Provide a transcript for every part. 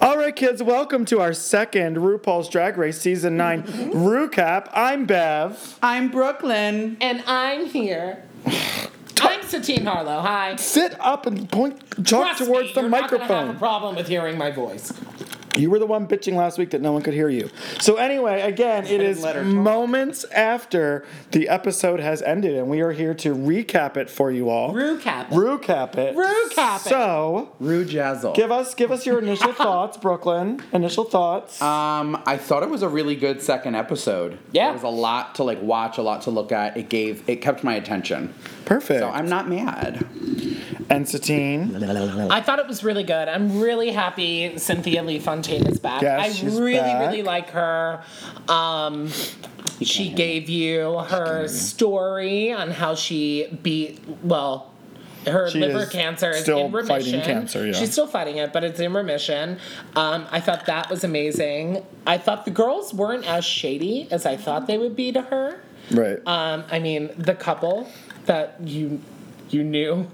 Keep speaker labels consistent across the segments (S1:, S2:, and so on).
S1: right, kids, welcome to our second RuPaul's Drag Race Season 9
S2: Mm-hmm.
S1: RuCap. I'm Bev.
S3: I'm Brooklyn.
S2: And I'm here. I'm Satine Harlow. Hi.
S1: Sit up and point, talk
S2: Trust
S1: towards
S2: me,
S1: the
S2: you're Not gonna have a
S1: microphone.
S2: problem with hearing my voice.
S1: You were the one bitching last week that no one could hear you. So, anyway, again, it is
S3: let her talk.
S1: moments after the episode has ended, and we are here to recap it for you all.
S2: Recap.
S1: RuCap it.
S2: RuCap it.
S1: So,
S3: Rue Jazzle.
S1: give us give us your initial thoughts, Brooklyn. Initial thoughts.
S2: Uh,
S3: um, I thought it was a really good second episode.
S2: Yeah.
S3: There was a lot to like watch, a lot to look at. It gave, it kept my attention.
S1: Perfect.
S3: So I'm not mad.
S1: and Satine.
S2: I thought it was really good. I'm really happy Cynthia Lee Fontaine is back.
S1: Yes,
S2: I
S1: she's
S2: really,
S1: back.
S2: really like her. Um, she gave you her story on how she beat, well, her
S1: She
S2: liver
S1: is
S2: cancer is
S1: still
S2: in remission.
S1: fighting cancer, yeah.
S2: She's still fighting it, but it's in remission. Um, I thought that was amazing. I thought the girls weren't as shady as I thought they would be to her.
S1: Right.
S2: Um, I mean, the couple that you you knew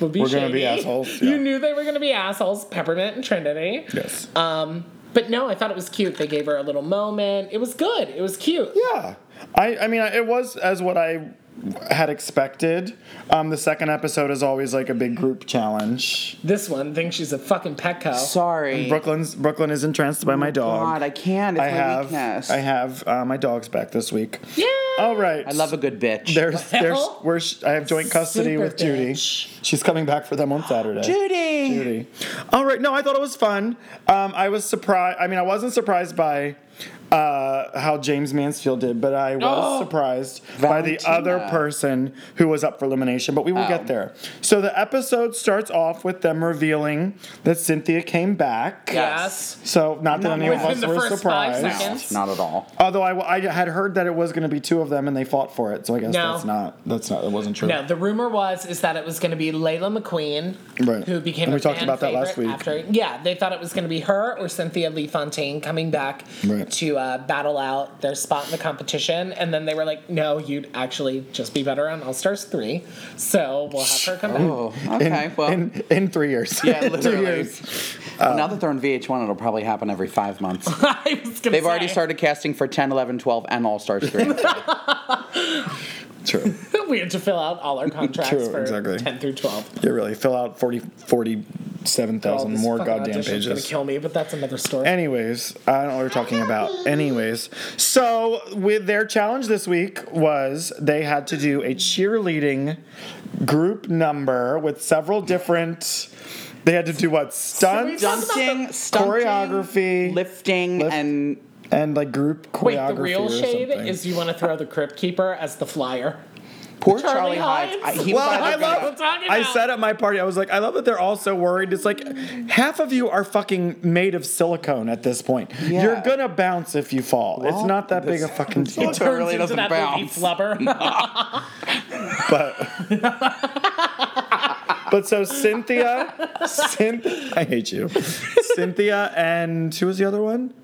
S2: would be
S1: We're
S2: shady.
S1: gonna be assholes, yeah.
S2: You knew they were going to be assholes, Peppermint and Trinity.
S1: yes.
S2: But no, I thought it was cute. They gave her a little moment. It was good. It was cute.
S1: Yeah, I I mean it was as what I had expected. Um, the second episode is always like a big group challenge.
S2: This one thinks she's a fucking Petco.
S3: Sorry.
S1: Brooklyn's Brooklyn is entranced by my dog.
S3: Oh God, I can't. It's
S1: I
S3: my
S1: have
S3: weakness.
S1: I have uh, my dog's back this week.
S2: Yeah.
S1: All right.
S3: I love a good bitch.
S1: There's there's
S2: Well,
S1: we're sh- I have joint custody
S2: super
S1: with Judy.
S2: bitch.
S1: She's coming back for them on Saturday.
S3: Judy.
S1: Judy. All right. No, I thought it was fun. Um, I was surprised. I mean, I wasn't surprised by uh, how James Mansfield did, but I
S2: Oh!
S1: was surprised by the
S3: Valentina.
S1: other person who was up for elimination. But we will
S2: Um.
S1: get there. So the episode starts off with them revealing that Cynthia came back.
S2: Yes.
S1: So not that any of
S2: within
S1: us
S2: the
S1: were
S2: first five
S1: surprised.
S2: seconds.
S3: No, not at all.
S1: Although I, I had heard that it was going to be two of them, and they fought for it. So I guess
S2: No.
S1: that's not that's not that wasn't true.
S2: No, the rumor was is that it was going to be Layla McQueen,
S1: Right.
S2: who became
S1: And
S2: a
S1: we talked
S2: fan
S1: about that last
S2: favorite
S1: week.
S2: After, yeah, they thought it was going to be her or Cynthia Lee Fontaine coming back
S1: Right.
S2: to uh, battle out their spot in the competition, and then they were like, "No, you'd actually just be better on All Stars three, so we'll have her come back."
S3: Oh, okay.
S1: in,
S3: well,
S1: in, uh, in three years.
S3: yeah,
S1: two
S3: literally.
S1: years.
S3: now that they're on VH1, it'll probably happen every five months.
S2: I was gonna
S3: They've already
S2: say.
S3: started casting for 10, 11, 12, and All Stars 3.
S1: True.
S2: we had to fill out all our contracts
S1: True,
S2: for
S1: exactly.
S2: ten through twelve.
S1: Yeah, really. Fill out 40, 47,000
S2: All this
S1: more
S2: fucking
S1: goddamn
S2: audition's Gonna
S1: pages.
S2: kill me, but that's another story.
S1: Anyways, I don't know what we're talking about. Anyways, so with their challenge this week was they had to do a cheerleading group number with several different. They had to do what
S2: we
S1: stunts
S2: talked about
S3: Dunking, stunting,
S1: Choreography.
S3: lifting,
S1: Lift.
S3: and
S1: and like group choreography.
S2: Wait, the real
S1: or
S2: shade
S1: something.
S2: is you want to throw the crypt keeper as the flyer.
S3: poor Charlie,
S2: Charlie
S3: Hyde.
S2: Hydes.
S3: I- he
S1: Well,
S3: was
S1: I
S3: either
S1: love.
S3: gonna-
S2: We're talking
S1: I
S2: about-
S1: said at my party, I was like, I love that they're all so worried. It's like half of you are fucking made of silicone at this point.
S3: Yeah.
S1: You're gonna bounce if you fall. it's
S3: Well,
S1: not that big a
S3: this-
S1: fucking deal.
S3: It
S2: Turns
S3: really
S2: into
S3: doesn't
S2: that
S3: bounce.
S2: movie Flubber.
S1: But but so Cynthia, Cynthia, I hate you. Cynthia and who was the other one?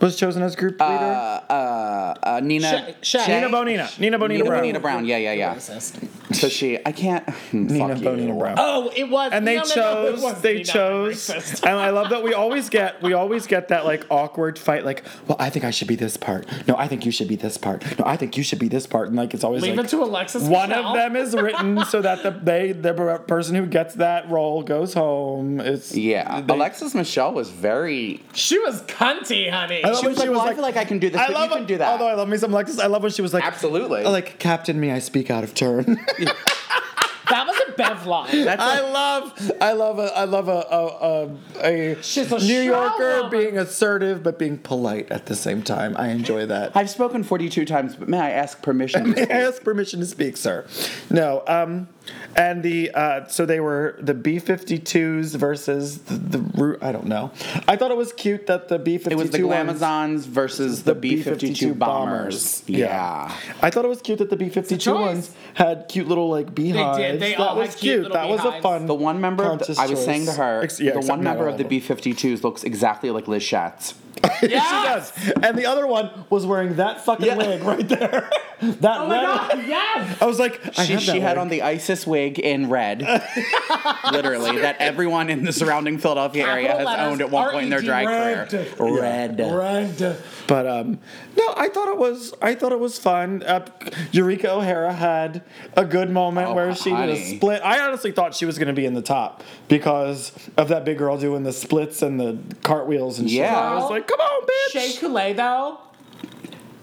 S1: Was chosen as group leader.
S3: uh, Nina,
S2: Sh- Sh-
S3: Shay-
S1: Nina Bonina. Nina Bonina
S3: Nina
S1: Brown.
S3: Bonina Brown. Yeah, yeah, yeah. So she, I can't.
S1: Nina
S3: fuck you.
S1: Bonina Brown.
S2: Oh, it was.
S1: and they
S2: no, no, no, it
S1: chose
S2: was
S1: they
S2: Nina
S1: chose
S2: Racist.
S1: and i love that we always get we always get that like awkward fight like well i think i should be this part no i think you should be this part no i think you should be this part and like it's always
S2: Leave
S1: like,
S2: it to Alexis.
S1: one
S2: Michelle.
S1: of them is written so that the they the person who gets that role goes home it's
S3: Yeah,
S1: they-
S3: Alexis Michelle was very.
S2: She was cunty, honey.
S1: I love
S3: She
S1: when
S3: was like, well, I feel like I can do this, but you can do that.
S1: Although I love me some Alexis, I love when she was like,
S3: Absolutely.
S1: like Captain Me, I speak out of turn.
S2: that was a Bev line.
S3: That's
S1: I
S3: like,
S1: love, I love, a, I love a a, a,
S2: She's a
S1: New Yorker
S2: shower.
S1: being assertive but being polite at the same time. I enjoy that.
S3: I've spoken 42 times, but may I ask permission?
S1: May I ask permission to speak, sir? No. Um, and the uh, so they were the B52s versus the, the Ru- I don't know. I thought it was cute that the B52
S3: It was the Glamazons versus the, B-52 bombers. Yeah.
S1: I thought it was cute that the B52
S2: choice.
S1: ones had cute little like beehives.
S2: They
S1: that
S2: all
S1: was
S2: had cute
S1: cute.
S2: little
S1: that was a
S2: beehives.
S1: fun
S3: The one member, of the,
S1: conscious
S3: I was saying to
S1: choice.
S3: her,
S1: Ex- yeah,
S3: the
S1: except
S3: one
S1: not
S3: member
S1: all
S3: of the
S1: them.
S3: B-52s looks exactly like Liz Schatz.
S1: she does. And the other one was wearing that fucking
S3: Yeah.
S1: wig right there. That
S2: Oh my
S1: red.
S2: god, yes!
S1: I was like, I
S3: She,
S1: have that
S3: she had
S1: wig.
S3: on the ISIS wig in red. Literally, that everyone in the surrounding Philadelphia area
S2: Capital
S3: has
S2: letters, E
S3: owned at one point in their drag
S2: R.E.D.
S3: career.
S1: Red. But um, no, I thought it was I thought it was fun. Uh, Eureka O'Hara had a good moment
S3: Oh,
S1: where she did a
S3: honey.
S1: split. I honestly thought she was going to be in the top because of that big girl doing the splits and the cartwheels and shit.
S3: Yeah.
S1: I was like, come on, bitch.
S2: Shea Coulee, though,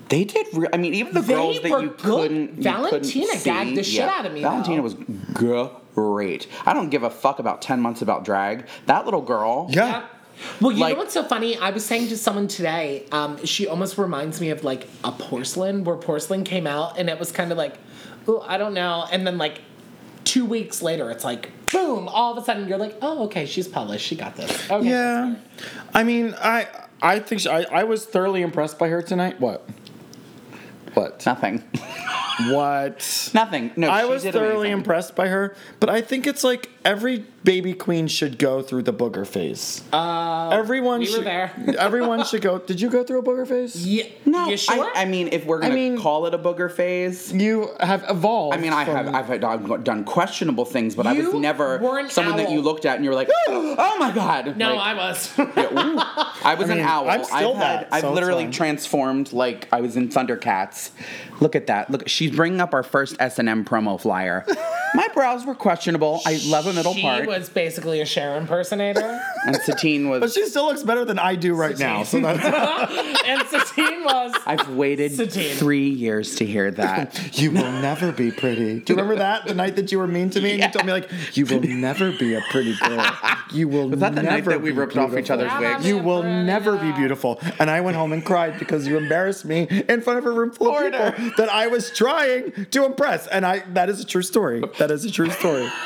S3: They did. Re- I mean, even the
S2: They
S3: girls that
S2: were
S3: you
S2: good.
S3: couldn't. you
S2: Valentina
S3: couldn't
S2: gagged
S3: see-
S2: the shit out of me,
S3: Valentina
S2: though.
S3: was great. I don't give a fuck about ten months about drag. That little girl.
S1: Yeah.
S2: Yep. Well, you
S3: Like-
S2: know what's so funny? I was saying to someone today, um, she almost reminds me of like a porcelain, where porcelain came out and it was kind of like, oh, I don't know. And then like two weeks later, it's like, boom, all of a sudden you're like, oh, okay, she's polished. She got this. Okay.
S1: Yeah. I mean, I I think she, I I was thoroughly impressed by her tonight. What? What?
S3: Nothing.
S1: What?
S3: Nothing. No.
S1: I
S3: she
S1: was
S3: did
S1: thoroughly
S3: amazing.
S1: impressed by her, but I think it's like every baby queen should go through the booger phase.
S3: Oh,
S1: Uh, everyone
S2: we were
S1: should,
S2: there.
S1: everyone should go. Did you go through a booger phase?
S2: Yeah.
S3: No.
S2: You sure?
S3: I, I mean, if we're gonna
S1: mean-
S3: call it a booger phase.
S1: You have evolved.
S3: I mean, I have
S1: from-
S3: I've, had- I've done questionable things, but I was
S2: You
S3: never
S2: were an
S3: someone that
S2: owl.
S3: you looked at and you were like, "Oh my god!"
S2: no,
S3: Like,
S2: I was.
S3: I was
S1: I mean,
S3: an owl.
S1: I'm still
S3: have had,
S1: that,
S3: I've
S1: so it's
S3: literally
S1: fine.
S3: transformed like I was in Thundercats. Look at that. Look, she's bringing up our first S and M promo flyer. My brows were questionable. I love a middle
S2: she
S3: part,
S2: was basically a Cher impersonator.
S3: and Satine
S1: But
S3: was.
S1: she still looks better than I do right now. So that's,
S2: and Satine was.
S3: I've waited
S2: Satine.
S3: three years to hear that.
S1: you will never be pretty. Do you remember that the night that you were mean to me and you told me like you will never be a pretty girl. You will
S3: Was that the night
S1: never
S3: that we
S1: be
S3: ripped off each
S1: beautiful."
S3: other's
S2: Yeah,
S3: wigs?
S2: I'm
S1: You will
S2: Pretty
S1: never be
S2: girl.
S1: beautiful. And I went home and cried because you embarrassed me in front of a room full of people that I was trying to impress. And I that is a true story. That is a true story.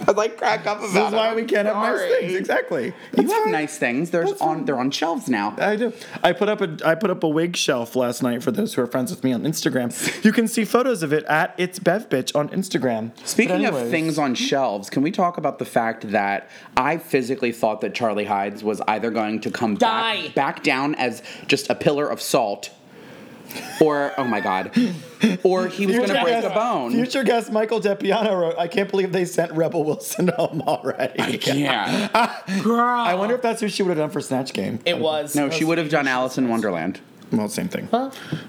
S3: I like crack up about
S1: this is why
S3: it.
S1: we can't have nice
S3: Sorry.
S1: things. Exactly.
S3: You
S1: That's
S3: have
S1: fine.
S3: nice things. There's
S1: That's
S3: on
S1: fine.
S3: they're on shelves now.
S1: I do. I put up a I put up a wig shelf last night for those who are friends with me on Instagram. You can see photos of it at it's Bev Bitch on Instagram.
S3: Speaking
S1: But
S3: of
S1: anyways.
S3: things on shelves, can we talk about the fact that I physically thought that Charlie Hides was either going to come
S2: Die.
S3: back, back down as just a pillar of salt, or oh my god, or he was going to
S1: Future
S3: break
S1: guest-
S3: a bone.
S1: Future guest Michael DePiano wrote, "I can't believe they sent Rebel Wilson home already."
S3: Yeah.
S2: Girl.
S1: I wonder if that's who she would have done for Snatch Game.
S2: It was.
S3: No, she would have done Alice in Wonderland.
S1: Well, same thing.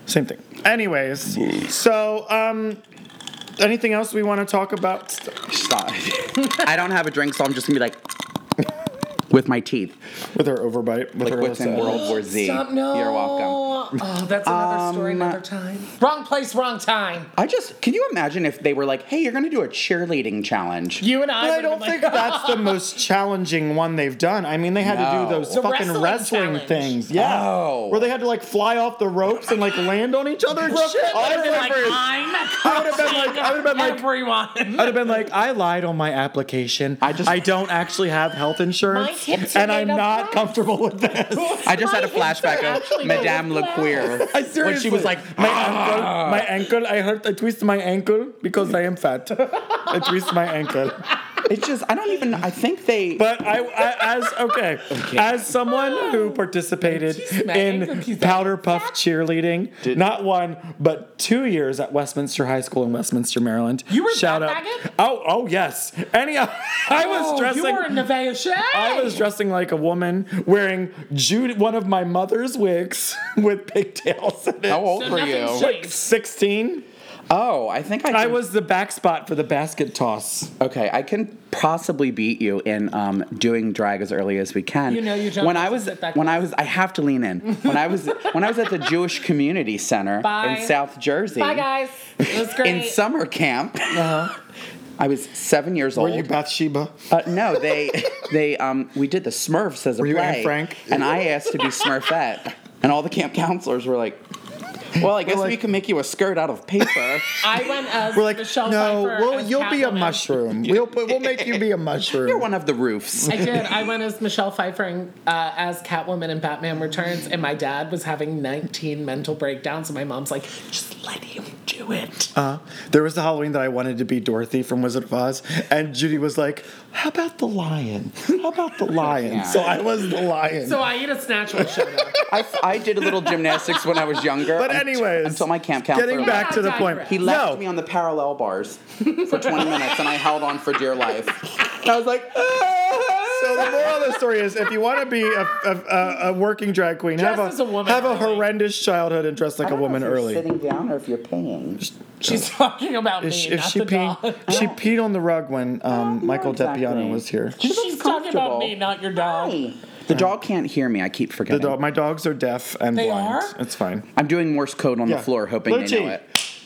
S1: Same thing. Anyways, so um, anything else we want to talk about?
S3: Stop. I don't have a drink, so I'm just gonna be like with my teeth,
S1: With her overbite, with
S3: like
S1: her
S3: what's in
S1: little-
S3: World War Z.
S2: Stop, no.
S3: You're welcome.
S2: Oh, that's another story,
S3: Um,
S2: another time. Wrong place, wrong time.
S3: I just can you imagine if they were like, "Hey, you're gonna do a cheerleading challenge."
S2: You and I.
S1: But I
S2: would've been
S1: don't
S2: like,
S1: think that's the most challenging one they've done. I mean, they had to do
S3: No.
S1: those
S2: The
S1: fucking
S2: wrestling
S1: wrestling
S2: challenge.
S1: things, yeah,
S3: Oh.
S1: where they had to like fly off the ropes and like land on each other and shit.
S2: Shit,
S1: I
S2: would've been like,
S1: remember-
S2: I'm
S1: I would have been like, I would have been like,
S2: everyone.
S1: I'd have been like, I lied on my application. I
S3: I
S1: just
S3: just-
S1: I don't actually have health insurance,
S2: My hips are
S1: and I'm
S2: made of
S1: not
S2: flax.
S1: comfortable with this.
S3: I just had a
S2: My hips are
S3: flashback
S2: actually
S3: of Madame
S2: made of
S3: Lequeer
S1: I
S3: when
S1: seriously-
S3: she was like, "Ah."
S1: my ankle, my ankle. I hurt. I twist my ankle because I am fat. I twist my ankle.
S3: It's just I don't even. I think they.
S1: But I, I as okay, as someone who participated
S2: Jeez, my ankle
S1: in
S2: keeps-
S1: powder puff cheerleading, not one but two years at Westminster High School in Westminster, Maryland.
S2: You were
S1: shout
S2: that
S1: out.
S2: faggot?
S1: Oh, oh yes. Any, I
S2: Oh,
S1: was dressing.
S2: You were in Nevaeh Shea.
S1: I was dressing like a woman, wearing Jude, one of my mother's wigs with pigtails in it.
S3: how old
S2: So
S3: were
S2: nothing
S3: you?
S2: should-
S1: Like sixteen.
S3: oh, I think I. Can,
S1: I was the back spot for the basket toss.
S3: okay. I can possibly beat you in um, doing drag as early as we can.
S2: You know you don't
S3: When
S2: have
S3: I
S2: to
S3: was
S2: sit back
S3: when
S2: down.
S3: I was I have to lean in. When I was when I was at the Jewish Community Center
S2: Bye.
S3: in South Jersey.
S2: Bye, guys. It was great. Uh-huh.
S3: In summer camp. I was seven years
S1: Were
S3: old.
S1: you Bathsheba?
S3: Uh, no, they they um we did the Smurfs as a
S1: you
S3: play,
S1: Anne Frank?
S3: and I asked to be Smurfette, and all the camp counselors were like, "Well, I guess
S1: like-
S3: we can make you a skirt out of paper."
S2: I went as
S1: We're like,
S2: Michelle
S1: no,
S2: Pfeiffer
S1: we'll,
S2: as
S1: you'll be a
S2: Catwoman.
S1: mushroom. We'll put, we'll make you be a mushroom.
S3: You're one of the roofs.
S2: I did. I went as Michelle Pfeiffer and, uh, as Catwoman in Batman Returns, and my dad was having 19 mental breakdowns, and my mom's like, "Just let him do it.
S1: Uh, there was the Halloween that I wanted to be Dorothy from Wizard of Oz, and Judy was like, "How about the lion? How about the lion?"
S3: Yeah.
S1: So I was the lion.
S2: So I eat a snatch will showed up.
S3: I, I did a little gymnastics when I was younger.
S1: but
S3: unt-
S1: anyways,
S3: until my camp counselor
S1: getting back to the point,
S3: He left
S1: no,
S3: me on the parallel bars for 20 minutes, and I held on for dear life. And I was like, "Ah."
S1: So the moral of the story is, if you want to be a, a, a, a working drag queen,
S2: Dress
S1: have
S2: as
S1: a,
S2: a woman
S1: have a
S2: early.
S1: horrendous childhood and dress like a
S3: I don't know
S1: woman
S3: if you're
S1: early.
S3: Sitting down, or if you're paying.
S2: She's talking about me,
S1: If she,
S2: not
S1: if she
S2: the
S1: peed,
S2: dog.
S1: she peed on the rug when um,
S3: know
S1: Michael
S3: exactly.
S1: Depiano was here.
S3: She looks
S2: She's talking
S3: comfortable.
S2: about me, not your dog.
S3: Hi. Um, The dog can't hear me. I keep
S1: The
S3: forgetting.
S1: dog, my dogs are deaf and
S2: They
S1: blind.
S2: are?
S1: It's fine.
S3: I'm doing Morse code on
S1: Yeah.
S3: the floor, hoping they
S1: Lucci,
S3: know it.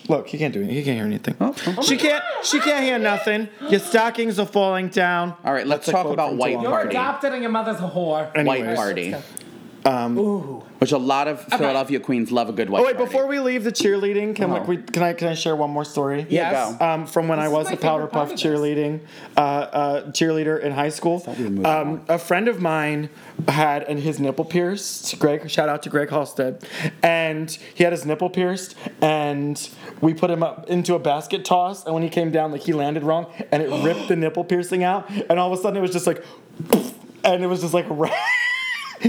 S1: Look, he can't do anything. He can't hear anything.
S3: oh.
S1: she can't. She can't hear nothing. Your stockings are falling down.
S3: All right, let's
S1: That's a
S3: talk
S1: quote
S3: about
S1: from
S3: white
S1: Toronto.
S2: You're
S3: party.
S2: adopted and your mother's a whore.
S1: Any-
S3: White
S1: Anyways.
S3: party,
S2: Ooh.
S3: which a lot of Philadelphia queens love a good white.
S1: Oh wait,
S3: party.
S1: before we leave the cheerleading, can
S3: Oh.
S1: like we can I can I share one more story?
S3: Yeah,
S2: Yes.
S3: go.
S1: um, from when I
S2: This is
S1: was
S2: my
S1: a powder
S2: favorite part
S1: puff
S2: of this.
S1: cheerleading uh, uh, cheerleader in high school.
S3: we were moving
S1: Um, a friend of mine had and his nipple pierced. Greg, shout out to Greg Halstead, and he had his nipple pierced, and we put him up into a basket toss, and when he came down, like he landed wrong, and it ripped the nipple piercing out, and all of a sudden it was just like, and it was just like.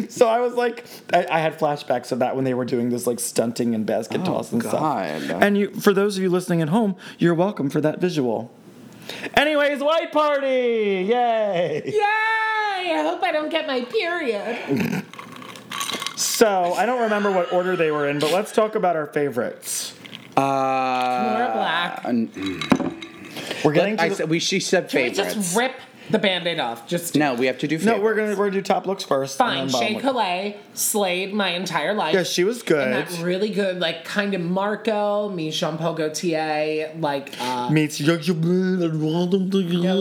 S1: So I was like, I, I had flashbacks of that when they were doing this like stunting and basket
S2: Oh,
S1: toss and
S3: God.
S1: stuff. And you, for those of you listening at home, you're welcome for that visual. Anyways, white party, yay!
S2: Yay! I hope I don't get my period.
S1: So I don't remember what order they were in, but let's talk about our favorites.
S3: uh,
S2: Laura Black.
S1: We're getting
S3: I
S1: to
S3: said
S1: the,
S3: we. She said
S2: Can we
S3: favorites.
S2: just rip the band-aid off? Just
S3: no, we have to do. Favorites.
S1: no, we're gonna we're gonna do top looks first.
S2: fine.
S1: and then
S2: Shay
S1: bottom look.
S2: Calais slayed my entire life.
S1: Yeah, she was
S2: and
S1: good.
S2: that really good, like kind of Marco, me Jean Paul Gaultier, like uh
S1: Meets no,
S2: no,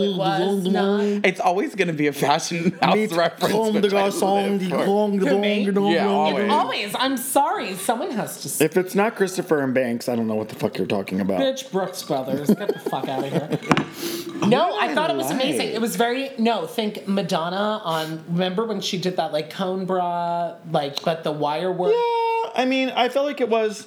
S2: it was not.
S3: It's always going to be a fashion house
S1: Meets
S3: reference.
S1: Comme de
S3: which I
S1: garçon,
S3: live
S1: de
S3: for.
S1: Comme de
S2: For me?
S1: Dong,
S3: Yeah,
S1: Dong,
S3: always.
S1: Dong.
S2: Always, I'm sorry, someone has to say
S1: If it's not Christopher and Banks, I don't know what the fuck you're talking about.
S2: Bitch, Brooks Brothers, get the fuck out of here. No, I thought it was
S3: Why?
S2: amazing. It was very no. Think Madonna on. Remember when she did that like cone bra, like but the wire work.
S1: Yeah, I mean, I felt like it was.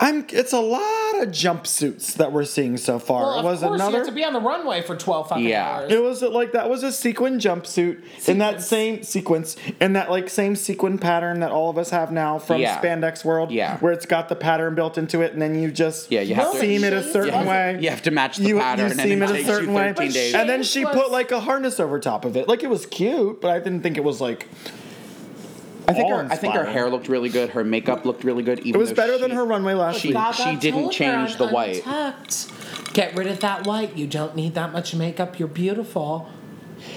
S1: I'm. It's a lot of jumpsuits that we're seeing so far.
S2: Well,
S1: it
S2: of
S1: was
S2: course you
S1: another.
S2: have to be on the runway for twelve fucking
S3: Yeah.
S2: hours.
S1: it was like that was a sequin jumpsuit in that
S2: Sequence.
S1: same sequence in that like same sequin pattern that all of us have now from
S3: Yeah.
S1: spandex world.
S3: Yeah,
S1: where it's got the pattern built into it, and then you just
S3: Yeah, you have to-
S1: seam it a
S2: Shades
S1: certain
S2: wasn't-
S1: way.
S3: You have to match the
S1: you,
S3: pattern
S1: you
S3: and
S1: seam
S3: it
S1: it a
S3: takes
S1: certain
S3: you
S1: way,
S3: 13 days.
S1: and then she
S2: Shades
S1: put
S2: was-
S1: like a harness over top of it. Like it was cute, but I didn't think it was like.
S3: I think, her, I
S1: awe-inspiring.
S3: think her hair looked really good. Her makeup looked really good. Even
S1: It was
S3: though
S1: better
S3: she,
S1: than her runway last
S3: she-
S1: week.
S2: Gaga
S3: she didn't
S2: told her
S3: change the
S2: on
S3: white.
S2: Untucked, Get rid of that white. You don't need that much makeup. You're beautiful.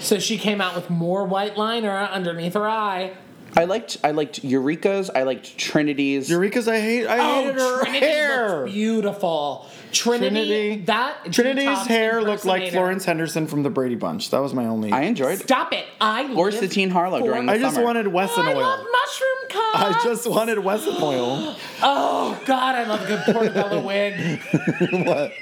S2: So she came out with more white liner underneath her eye.
S3: I liked I liked Eureka's. I liked Trinity's.
S1: Eureka's, I hate, I hated her
S2: Trinity
S1: hair.
S2: looks beautiful. Trinity,
S1: Trinity,
S2: that
S1: Trinity's
S2: detox
S1: hair looked like
S2: impersonator.
S1: Florence Henderson from the Brady Bunch. That was my only.
S3: I enjoyed.
S2: Stop it! I
S3: Or
S2: live
S3: Satine Harlow
S2: for-
S3: during the
S1: I just
S3: summer.
S1: wanted Wesson
S2: Oh, I love
S1: oil.
S2: mushroom
S1: I
S2: cups.
S1: just wanted Wesson oil.
S2: Oh God, I love a good portobello wig.
S3: I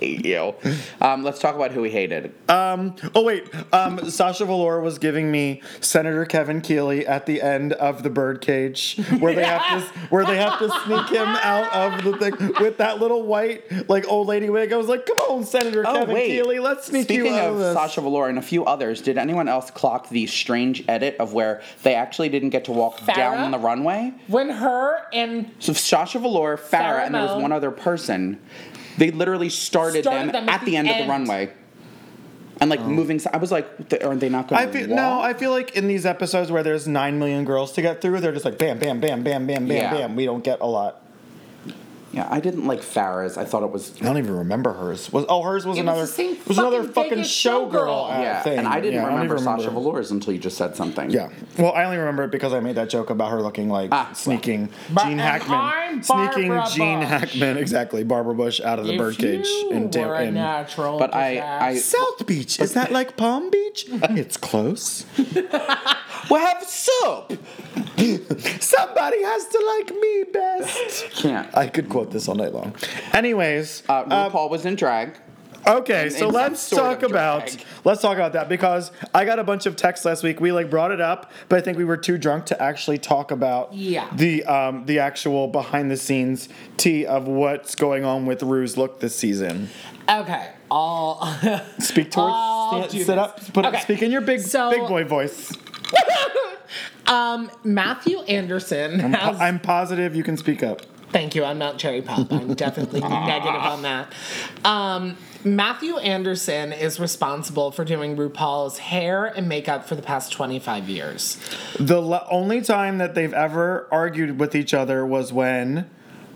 S3: hate you. Um, let's talk about who we hated.
S1: Oh wait, um, Sasha Valor was giving me Senator Kevin Keeley at the end of the birdcage, where they have to where they have to sneak him out of the thing with that little white like old lady wig. I was like, come on, Senator
S3: oh
S1: Kevin
S3: wait,
S1: Keeley, let's sneak
S3: Speaking
S1: you out
S3: of,
S1: of this.
S3: Sasha Valor and a few others, did anyone else clock the strange edit of where they actually didn't get to walk
S2: Farrah?
S3: down the runway?
S2: When her and
S3: So Sasha Valor, Farrah,
S2: Farrah
S3: and there was
S2: Moe.
S3: one other person. They literally started,
S2: Started
S3: them,
S2: them
S3: at the, end, of the
S2: end.
S3: runway, and like moving. si- I was like, "Th- are they not going
S1: Oh. I
S3: to
S1: feel,
S3: walk?
S1: no, I feel like in these episodes where there's nine million girls to get through, they're just like bam, bam, bam, bam, bam, bam,
S3: Yeah.
S1: bam. We don't get a lot.
S3: yeah, I didn't like Farrah's. I thought it was
S1: I don't even remember hers. Was oh hers was
S2: It was
S1: another
S2: the same
S1: it was another
S2: fucking
S1: fucking
S2: Vegas
S1: showgirl
S2: showgirl.
S1: uh,
S3: yeah,
S1: thing.
S3: and I didn't
S1: Yeah,
S3: remember
S1: even
S3: Sasha Valor's until you just said something.
S1: Yeah. Well, I only remember it because I made that joke about her looking like
S3: Ah, well.
S1: sneaking
S2: But-
S1: Gene
S2: and
S1: Hackman,
S2: I'm
S1: sneaking
S2: Barbara
S1: Gene
S2: Bush.
S1: Hackman, exactly Barbara Bush out of the
S2: if
S1: birdcage
S2: you
S1: in, Dale-
S2: were a
S1: in-
S2: natural,
S3: But I- I-
S2: disaster.
S1: South Beach. Is that like Palm Beach? it's close.
S3: Well, have soup.
S1: Somebody has to like me best.
S3: Can't.
S2: Uh,
S1: I could quote this all night long. Anyways,
S3: Uh, RuPaul was in drag.
S1: Okay, so
S3: in
S1: let's
S3: some sort
S1: talk
S3: of
S1: about
S3: drag.
S1: let's talk about that because I got a bunch of texts last week. We like brought it up, but I think we were too drunk to actually talk about
S2: Yeah.
S1: the um, the actual behind the scenes tea of what's going on with Rue's look this season.
S2: Okay, I'll
S1: Speak towards
S2: I'll
S1: stand-
S2: do
S1: sit
S2: this.
S1: up, put
S2: Okay.
S1: up, speak in your big
S2: So- um,
S1: big boy voice.
S2: Matthew Anderson
S1: Po-
S2: has.
S1: I'm positive you can speak up.
S2: thank you. I'm not Cherry Pop. I'm definitely negative on that. Um, Matthew Anderson is responsible for doing RuPaul's hair and makeup for the past 25 years.
S1: The l- only time that they've ever argued with each other was when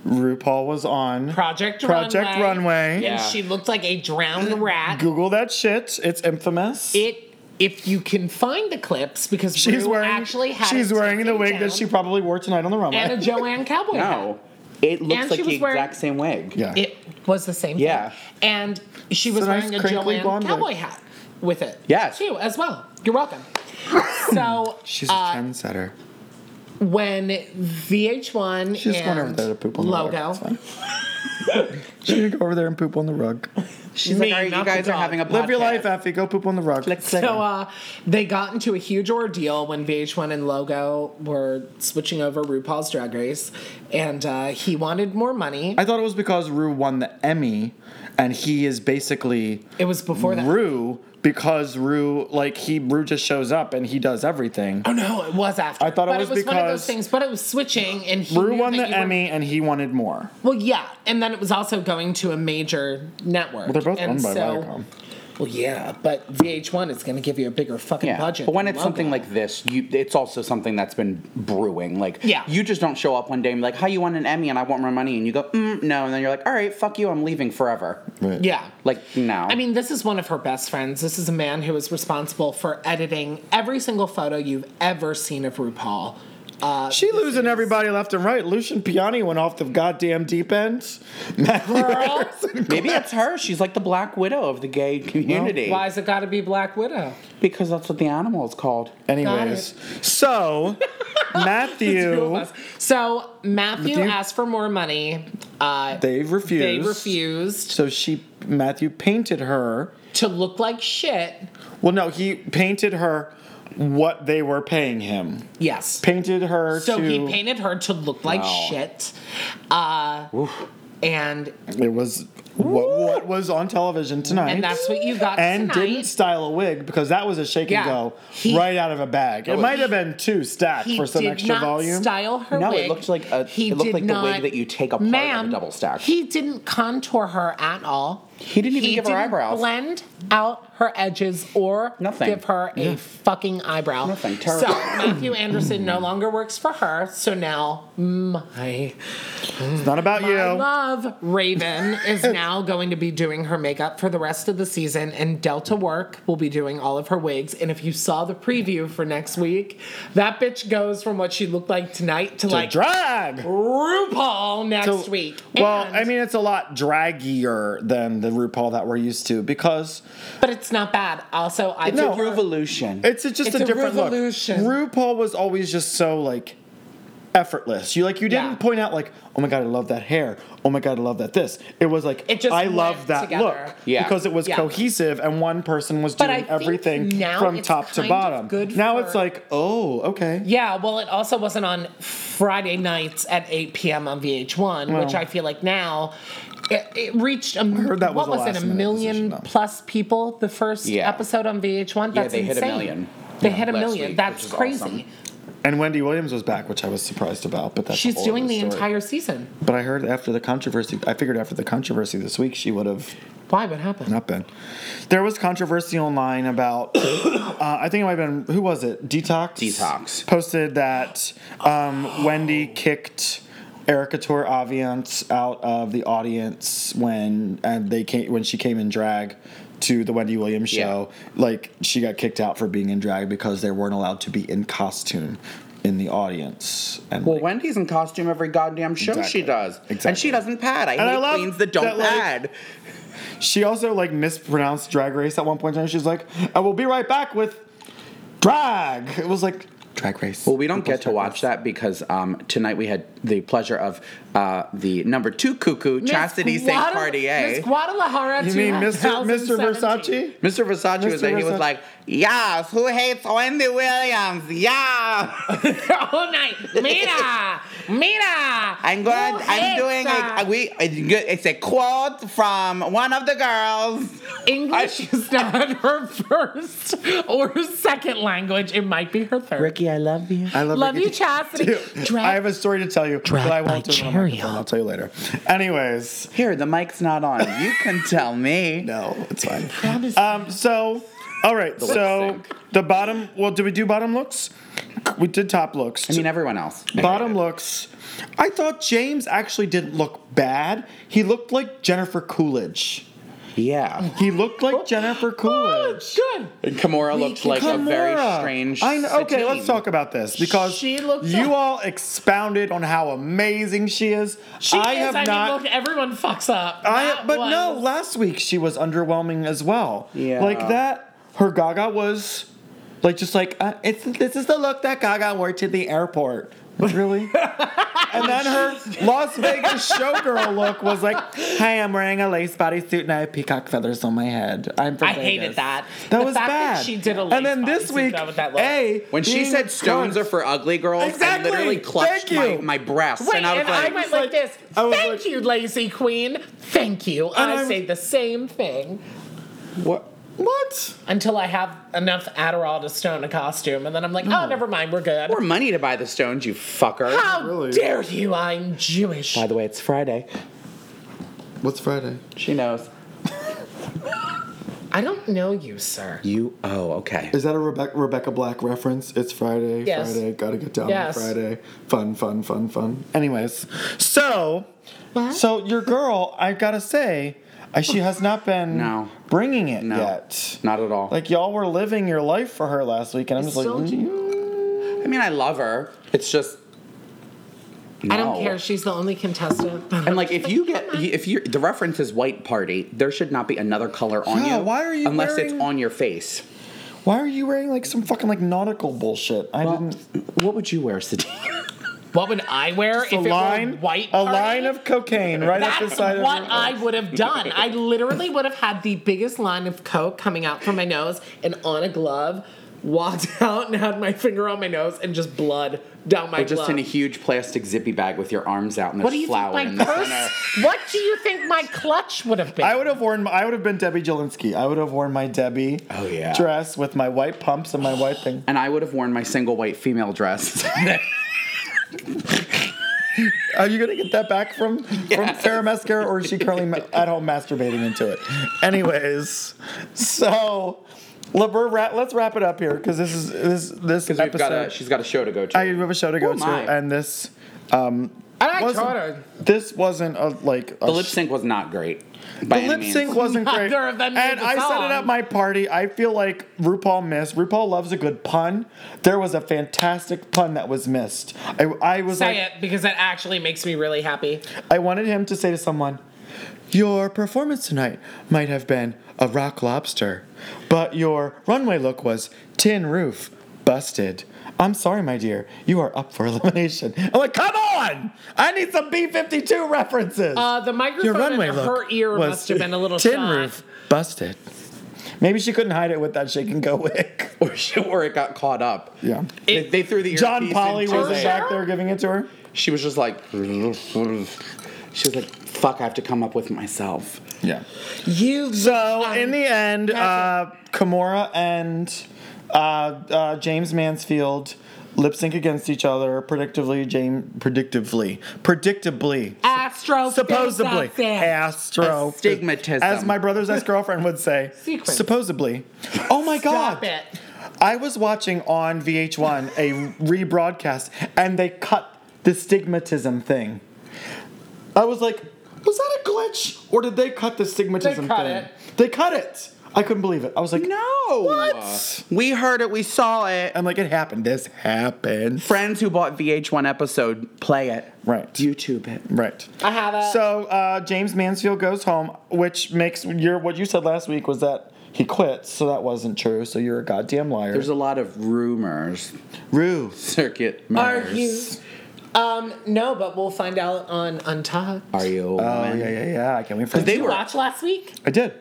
S1: RuPaul was on
S2: Project
S1: Project
S2: Runway.
S1: Runway. Uh,
S3: Yeah.
S2: And she looked like a drowned rat.
S1: Google that shit. It's infamous.
S2: It. If you can find the clips, because
S1: she's
S2: Rue
S1: wearing
S2: actually had
S1: she's
S2: it
S1: wearing the
S2: taken
S1: wig
S2: down,
S1: that she probably wore tonight on the runway.
S2: and a Joanne cowboy hat.
S3: No, it looks
S2: And
S3: like
S2: she
S3: the
S2: was wearing-
S3: exact same wig.
S1: yeah.
S2: It was the same
S3: Yeah.
S2: thing. And she was
S1: a nice
S2: wearing a
S1: crinkly
S2: Joanne
S1: blonde wig.
S2: cowboy hat with it.
S3: Yes.
S2: Too, as well. You're welcome. so
S1: She's a
S2: uh,
S1: trendsetter.
S2: when VH1
S1: She's
S2: and
S1: going over there to poop on the
S2: logo.
S1: rug. It's fine. She's gonna go over there and poop on the rug.
S3: She's
S2: Me,
S3: like, all right, you
S2: not the
S3: guys are
S2: dog.
S3: having a podcast.
S1: Live your life, Effie. Go poop on the rug.
S2: So uh, they got into a huge ordeal when VH1 and Logo were switching over RuPaul's Drag Race, and uh, he wanted more money.
S1: I thought it was because Rue won the Emmy, and he is basically
S2: It was before that.
S1: Rue because Rue like he Rue just shows up and he does everything.
S2: Oh no, it was after.
S1: I thought it
S2: but
S1: was
S2: it was one of those
S1: because
S2: things. But it was switching, and he
S1: Rue
S2: knew
S1: won
S2: that
S1: the
S2: you were-
S1: Emmy and he wanted more.
S2: Well, yeah, and then it was also going to a major network.
S1: Well, they're both
S2: and
S1: owned by
S2: so,
S1: Viacom.
S2: Well, yeah, but VH1 is going to give you a bigger fucking
S3: Yeah.
S2: budget.
S3: But when
S2: than
S3: it's something
S2: Logo.
S3: like this, you it's also something that's been brewing. Like
S2: Yeah.
S3: you just don't show up one day and be like, "Hi, you want an Emmy and I want my money." And you go, mm, "No." And then you're like, "All right, fuck you. I'm leaving forever."
S1: Right.
S2: yeah,
S3: Like, no.
S2: I mean, this is one of her best friends. This is a man who is responsible for editing every single photo you've ever seen of RuPaul. Uh,
S1: She losing everybody left and right. Lucian Piani went off the goddamn deep end.
S2: girl,
S3: maybe it's her. She's like the Black Widow of the gay community.
S2: why's it got to be Black Widow?
S3: Because that's what the animal is called.
S1: Anyways, so Matthew,
S2: So Matthew
S1: Matthew-
S2: asked for more money. Uh,
S1: they refused.
S2: they refused
S1: So she, Matthew painted her.
S2: to look like shit.
S1: Well, no, he painted her what they were paying him.
S2: Yes.
S1: Painted her
S2: So
S1: to.
S2: he painted her to look like
S3: Wow.
S2: shit. Uh, and
S1: It was what, what was on television tonight.
S2: and that's what you got
S1: And
S2: tonight.
S1: didn't style a wig because that was a shake
S2: Yeah.
S1: and go
S2: He-
S1: right out of a bag. It might have been two stacked
S2: he
S1: for some
S2: did
S1: extra
S2: not
S1: volume.
S2: style her
S3: No, it
S2: wig.
S3: looked like a- it looked
S2: did
S3: like the wig that you take apart with a
S2: Ma'am,
S3: double stack.
S2: He didn't contour her at all.
S3: He didn't even give her
S2: didn't
S3: eyebrows.
S2: Blend out her edges or
S3: Nothing.
S2: give her a fucking eyebrow.
S3: Nothing.
S2: So
S3: Terrible.
S2: Matthew Anderson no longer works for her. So now my
S1: It's not about you.
S2: I love Raven is now going to be doing her makeup for the rest of the season, and Delta Work will be doing all of her wigs. And if you saw the preview for next week, that bitch goes from what she looked like tonight to,
S1: to
S2: like
S1: drag.
S2: RuPaul next
S1: So-
S2: week.
S1: Well,
S2: And-
S1: I mean, it's a lot draggier than the RuPaul that we're used to because
S2: but it's not bad. Also, I
S1: No. uh,
S2: think
S3: Revolution.
S1: it's just
S2: It's
S1: a
S2: a
S1: different
S2: revolution.
S1: look. RuPaul was always just so like effortless. You like you didn't
S2: Yeah.
S1: point out like, oh my god, I love that hair. Oh my god, I love that this. It was like
S2: It just
S1: I
S2: went
S1: love that
S2: together.
S1: look
S3: Yeah.
S1: because it was
S2: Yeah.
S1: cohesive and one person was
S2: But
S1: doing
S2: I think
S1: everything
S2: now
S1: from
S2: it's
S1: top to
S2: kind of
S1: bottom.
S2: good
S1: now
S2: for-
S1: it's like, oh, okay.
S2: Yeah, well, it also wasn't on Friday nights at 8 p.m. on VH1, which I feel like now it, it reached a
S1: heard that was
S2: what
S1: a
S2: was it
S1: last
S2: a
S1: minute
S2: million
S1: decision, though.
S2: plus people the first
S3: Yeah.
S2: episode on VH1.
S3: Yeah,
S2: That's
S3: they hit a
S2: insane.
S3: million,
S2: They hit a
S3: last
S2: million.
S3: week, which
S2: That's
S3: is
S2: crazy.
S3: awesome.
S1: And Wendy Williams was back, which I was surprised about, but that's a
S2: She's
S1: whole
S2: doing
S1: other
S2: the
S1: story.
S2: entire season.
S1: But I heard after the controversy, I figured after the controversy this week, she would have
S2: Why? What happened?
S1: not been. There was controversy online about, uh, I think it might have been, who was it? Detox?
S3: Detox.
S1: Posted that um, Wendy kicked. Erica Tour Aviance out of the audience when and they came when she came in drag to the Wendy Williams
S3: Yeah.
S1: show. Like she got kicked out for being in drag because they weren't allowed to be in costume in the audience. And
S3: Well,
S1: like,
S3: Wendy's in costume every goddamn show
S1: Exactly.
S3: she does, and
S1: Exactly.
S3: she doesn't pad. I hate
S1: I love
S3: queens that don't
S1: that, like-
S3: pad.
S1: She also like mispronounced Drag Race at one point. in time. She's like, "I will be right back with drag." It was like Drag Race.
S3: Well, we don't get to watch that because um, tonight we had the pleasure of uh, the number two cuckoo,
S2: Miss
S3: Chastity St.
S2: Guada-
S3: Cartier.
S2: Miss Guadalajara.
S1: you mean Mr. Mr.
S2: 2017.
S1: Versace?
S3: Mr. Versace was
S1: Mr.
S3: there. He
S1: Versace.
S3: was like, "Yes, who hates Wendy Williams? Yeah,
S2: All night. Oh, Mira, mira.
S3: I'm going.
S2: Who
S3: I'm
S2: hates
S3: doing.
S2: her?
S3: A, we. It's a quote from one of the girls.
S2: English is not her first or second language. It might be her third.
S3: Ricky, I love you.
S1: I love,
S2: Love
S1: Ricky
S2: you, Chastity.
S1: too.
S2: Drag-
S1: I have a story to tell you, but I won't
S2: by
S1: do it on the
S2: Cheerio.
S1: microphone. I'll tell you later. Anyways,
S3: Here, the mic's not on. You can tell me.
S1: no, it's fine.
S2: Promise.
S1: Um, so, all right.
S3: lip
S1: so
S3: sync.
S1: the bottom. Well, did we do bottom looks? We did top looks.
S3: I mean, everyone else.
S1: bottom looks. I thought James actually didn't look bad. He looked like Jennifer Coolidge.
S3: Yeah.
S1: He looked like Jennifer
S2: Oh,
S1: Coolidge.
S2: good.
S3: And Kimura looked like a very
S1: Kimura.
S3: strange.
S1: I know, okay,
S3: sateen.
S1: let's talk about this because
S2: She looks-
S1: you all expounded on how amazing she is.
S2: She
S1: I
S2: is.
S1: have
S2: I
S1: not.
S2: mean, look, everyone fucks up.
S1: I
S2: That
S1: but
S2: was-
S1: no, last week she was underwhelming as well.
S3: Yeah.
S1: Like that her Gaga was like just like uh, it's this is the look that Gaga wore to the airport. Like, Really? and then her Las Vegas showgirl look was like, "Hey, I'm wearing a lace bodysuit and I have peacock feathers on my head. I'm from
S2: I
S1: Vegas."
S2: hated that.
S1: That
S2: The
S1: was
S2: fact that
S1: bad.
S2: she did a lace
S1: and then this
S2: bodysuit,
S1: week,
S2: that was that look.
S1: a
S3: When she
S1: being a
S3: said stones
S1: cunt.
S3: are for ugly girls,
S1: Exactly.
S3: I literally clutched
S1: Thank you.
S3: my, my breast.
S2: Wait,
S3: and I was like,
S2: went
S1: I
S2: like,
S1: was like-
S2: this.
S1: I was
S2: Thank
S1: like-
S2: you, lazy queen. Thank you.
S1: And
S2: I
S1: I'm-
S2: say the same thing
S1: what? What?
S2: until I have enough Adderall to stone a costume, and then I'm like, oh, never mind, we're good.
S3: more money to buy the stones, you fucker.
S2: How
S1: Really?
S2: dare you? I'm Jewish.
S3: By the way, it's Friday.
S1: What's Friday?
S3: She knows.
S2: I don't know you, sir.
S3: You, oh, okay.
S1: Is that a Rebecca, Rebecca Black reference? It's Friday,
S2: Yes.
S1: Friday, gotta get down
S2: Yes.
S1: on Friday. Fun, fun, fun, fun. Anyways, so, so your girl, I gotta say, uh, she has not been
S3: No.
S1: bringing it
S3: No.
S1: yet.
S3: Not at all.
S1: Like y'all were living your life for her last week, and I'm just like,
S2: sold
S1: mm,
S3: I mean, I love her. It's just.
S2: I don't
S3: no.
S2: care. She's the only contestant.
S3: And like, if you get if you the reference is white party, there should not be another color on
S1: Yeah,
S3: you.
S1: why are you
S3: Unless
S1: wearing-
S3: it's on your face.
S1: why are you wearing like some fucking like nautical bullshit? I didn't.
S3: What would you wear, Sadie?
S2: what would I wear if
S1: A
S2: it
S1: line,
S2: were white?
S1: a
S2: party?
S1: line of cocaine right up the
S2: That's
S1: side
S2: what
S1: of her.
S2: I would have done. I literally would have had the biggest line of coke coming out from my nose and on a glove, walked out and had my finger on my nose and just blood down my
S3: Or just
S2: glove.
S3: in a huge plastic zippy bag with your arms out and
S2: what
S3: there's
S2: do you
S3: flour
S2: think
S3: in
S2: my
S3: the
S2: purse?
S3: center.
S2: What do you think my clutch would have been?
S1: I would have worn. I would have been Debbie Jelinski. I would have worn my Debbie
S3: Oh, yeah.
S1: dress with my white pumps and my white thing.
S3: And I would have worn my single white female dress.
S1: Are you gonna get that back from from Sarah Mascara, or is she currently ma- at home masturbating into it? Anyways, so LeBur, ra- let's wrap it up here because this is this this
S3: Because we've got a,
S1: episode.
S3: she's got a show to go to.
S1: I have a show to go
S3: Who am
S1: to,
S3: I?
S1: and this
S2: and I
S1: wasn't-
S2: taught her.
S1: this wasn't a like a
S3: the lip sync was not great.
S1: The
S3: By any
S1: lip
S3: means.
S1: sync wasn't great.
S2: Neither of them made
S1: and
S2: the
S1: I said
S2: song.
S1: it at my party. I feel like RuPaul missed. RuPaul loves a good pun. There was a fantastic pun that was missed. I, I was
S2: Say
S1: like,
S2: it because that actually makes me really happy.
S1: I wanted him to say to someone, Your performance tonight might have been a rock lobster, but your runway look was tin roof, busted. I'm sorry, my dear. You are up for elimination. I'm like, come on! I need some B52 references.
S2: Uh, the
S1: Your
S2: microphone
S1: runway
S2: in
S1: look
S2: her ear
S1: was
S2: must have been a little
S1: tin
S2: shot.
S1: roof busted. Maybe she couldn't hide it with that shake and go wig.
S3: or, she, or it got caught up.
S1: Yeah.
S3: They, they threw the
S1: John
S3: earpiece
S1: Polly
S3: into
S1: was
S3: it.
S1: back there giving it to her.
S3: She was just like, she was like, "Fuck, I have to come up with myself."
S1: Yeah.
S2: You
S1: So
S2: um,
S1: in the end, uh,
S2: Gotcha.
S1: Kimura and uh, uh, James Mansfield lip sync against each other. Predictively, James predictively, predictably,
S2: Astro
S1: supposedly,
S2: Yeah.
S1: astro
S3: Astigmatism.
S1: as my brother's ex girlfriend would say.
S2: Sequence.
S1: Supposedly. Oh my
S2: Stop
S1: god!
S2: it.
S1: I was watching on VH1 a rebroadcast and they cut the stigmatism thing. I was like, was that a glitch? Or did they cut the stigmatism
S2: They cut
S1: thing?
S2: it.
S1: They cut it. I couldn't believe it. I was like,
S3: No,
S1: What?
S3: We heard it. We saw it.
S1: I'm like, it happened. This happened.
S3: Friends who bought VH1 episode, play it.
S1: Right.
S3: YouTube it.
S1: Right.
S2: I have it.
S1: So uh, James Mansfield goes home, which makes your what you said last week was that he quits, so that wasn't true. So you're a goddamn liar.
S3: There's a lot of rumors.
S1: Rue.
S3: Circuit
S2: Are
S3: matters.
S2: you? Um, no, but we'll find out on Untucked.
S3: Are you? a
S1: Oh
S3: woman?
S1: yeah, yeah, yeah. I can't wait for
S3: Did they
S2: Did you
S3: were-
S2: watch last week
S1: I did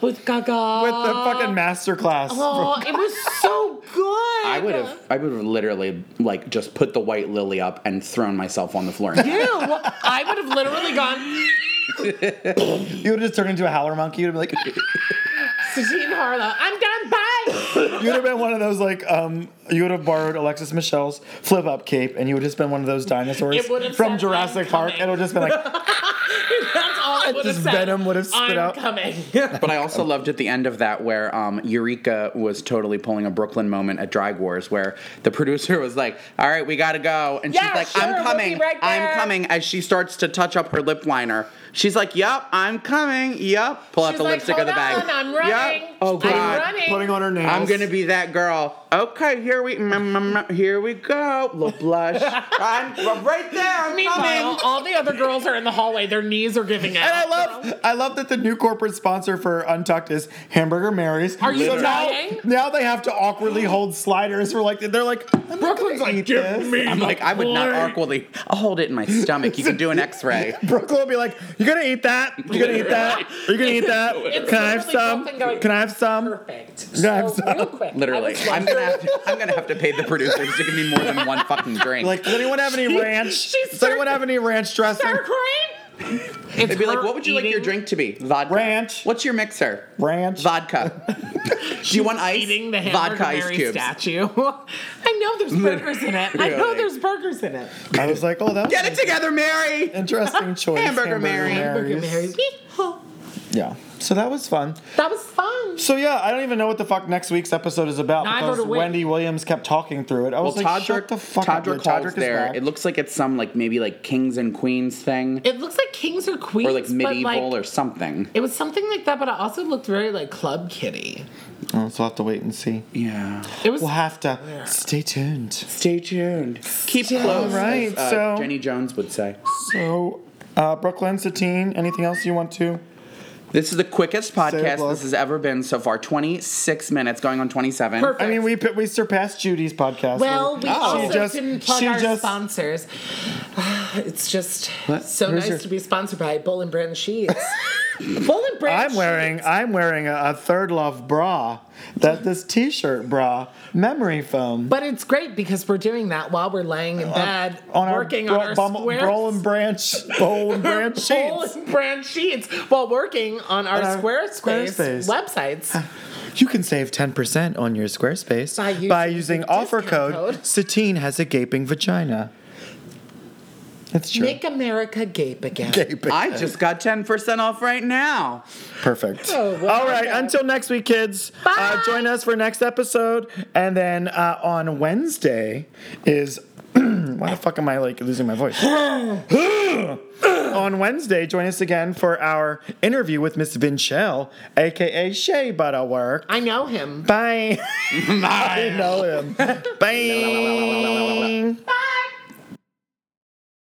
S2: with Gaga?
S1: with the fucking master class.
S2: Oh, it was so good.
S3: I would have. I would have literally like just put the white lily up and thrown myself on the floor. and-
S2: Ew, I would have literally gone.
S1: You would have just turned into a howler monkey. You'd have been like,
S2: Satine Harlow. I'm done. Bye.
S1: you'd have been one of those like, um, you would have borrowed Alexis Michelle's flip up cape, and you would have just been one of those dinosaurs
S2: It would have
S1: from
S2: said,
S1: Jurassic
S2: "I'm
S1: Park,
S2: coming."
S1: and it would have just been like,
S2: That's all I would have
S1: Just
S2: said.
S1: venom would have spit
S2: I'm
S1: out.
S2: coming.
S3: But I also loved at the end of that where um, Eureka was totally pulling a Brooklyn moment at Drag Wars, where the producer was like, "All right, we gotta go," and
S2: Yeah,
S3: she's like,
S2: sure,
S3: "I'm
S2: we'll be
S3: coming,
S2: right there."
S3: I'm coming." As she starts to touch up her lip liner, she's like, "Yup, I'm coming. Yup." Pull out
S2: She's
S3: the
S2: like,
S3: lipstick of the
S2: "Hold
S3: bag.
S2: on, I'm running.
S3: Yup. Oh
S2: I'm
S3: God.
S2: running.
S1: putting on her nails.
S3: I'm gonna be that girl. Okay, here we mm, mm, mm, here we go. Little blush. I'm I'm right there. I'm
S2: Meanwhile,
S3: coming.
S2: all the other girls are in the hallway. Their knees are giving
S1: And I
S2: out.
S1: love, I love that the new corporate sponsor for Untucked is Hamburger Mary's.
S2: Are you
S1: now,
S2: trying?
S1: now they have to awkwardly hold sliders. We're like, they're like, I'm not
S2: Brooklyn's
S1: gonna
S2: like,
S1: eat
S2: "Give
S1: this."
S2: me
S3: I'm like, I would not
S2: Plate.
S3: awkwardly. I'll hold it in my stomach. You can do an X-ray.
S1: Brooklyn will be like, "You're gonna eat that? You're gonna eat that? You're gonna eat that?
S2: It's
S1: Can I have
S2: literally
S1: some?
S2: something going-
S1: Can I have some?"
S2: Perfect.
S1: Yeah,
S2: So,
S1: so-
S2: real quick. I
S3: Literally,
S2: was
S3: I'm gonna
S2: wondering-
S3: have to, I'm gonna have to pay the producers to give me more than one fucking drink.
S1: Like, does anyone have any ranch?
S2: she's
S1: Does anyone
S2: circ-
S1: have any ranch dressing?
S2: Sour cream? It's
S3: They'd be like,
S2: her
S3: "What would you like your
S2: eating-
S3: drink to be? Vodka.
S1: Ranch.
S3: What's your mixer?
S1: Ranch.
S3: Vodka. do you want ice?
S2: Eating the hamburger
S3: Vodka ice
S2: Mary
S3: cubes.
S2: statue. I know there's burgers in it. I know
S3: Literally.
S2: there's burgers in it.
S1: I was like, "Oh, that was
S3: Get it together, Mary.
S1: interesting choice."
S3: Hamburger Mary.
S2: Hamburger Mary. Yeehaw.
S1: Yeah. So that was fun.
S2: That was fun.
S1: So yeah, I don't even know what the fuck next week's episode is about
S2: Neither
S1: because
S2: do we.
S1: Wendy Williams kept talking through it. I
S3: Well,
S1: was like,
S3: Todrick,
S1: "Shut the fuck up."
S3: Todrick
S1: Todrick
S3: calls
S1: is
S3: there.
S1: back.
S3: It looks like it's some like maybe like kings and queens thing,
S2: It looks like kings or queens,
S3: or like medieval
S2: but like,
S3: or something.
S2: It was something like that, but it also looked very like club kitty.
S1: oh, so I'll have to wait and see.
S3: Yeah.
S2: It was
S1: We'll have to stay tuned.
S3: Stay tuned. Keep close.
S1: right,
S3: as, uh,
S1: so-
S3: Jenny Jones would say.
S1: So, uh, Brooklyn, Satine, anything else you want to?
S3: This is the quickest podcast
S1: Block.
S3: this has ever been so far. 26 minutes, going on 27.
S2: perfect.
S1: I mean, we we surpassed Judy's podcast.
S2: well, we
S3: Oh.
S2: also
S3: She
S1: just-
S2: didn't plug
S1: she
S2: our
S1: just-
S2: sponsors. It's just
S3: What?
S2: so
S1: Where's
S2: nice
S1: your-
S2: to be sponsored by Bull and Brand Sheets. Bull and Brand.
S1: I'm wearing
S2: Sheets.
S1: I'm wearing a, a third love bra. That this t-shirt bra, memory foam.
S2: But it's great because we're doing that while we're laying in bed, working
S1: bro-
S2: on our
S1: bum-
S2: square
S1: Broll and branch, bowl and branch
S2: Bull
S1: sheets.
S2: and Brand Sheets while working on our,
S1: On our
S2: Squarespace,
S1: Squarespace.
S2: websites.
S1: You can save 10% on your Squarespace
S2: By using the
S1: using offer
S2: discount
S1: code,
S2: code.
S1: Satine has a gaping vagina. That's true.
S2: Make America gape again.
S1: Gaping.
S3: I just got 10% off right now.
S1: Perfect.
S2: Oh, well,
S1: All right.
S2: okay.
S1: Until next week, kids.
S2: Bye.
S1: Uh, join us for next episode, and then uh, on Wednesday is. Why the fuck am I like losing my voice? on Wednesday, join us again for our interview with Miss Vinchelle, aka Shea Butterwork.
S2: I know him.
S1: Bye. I know him. Bye.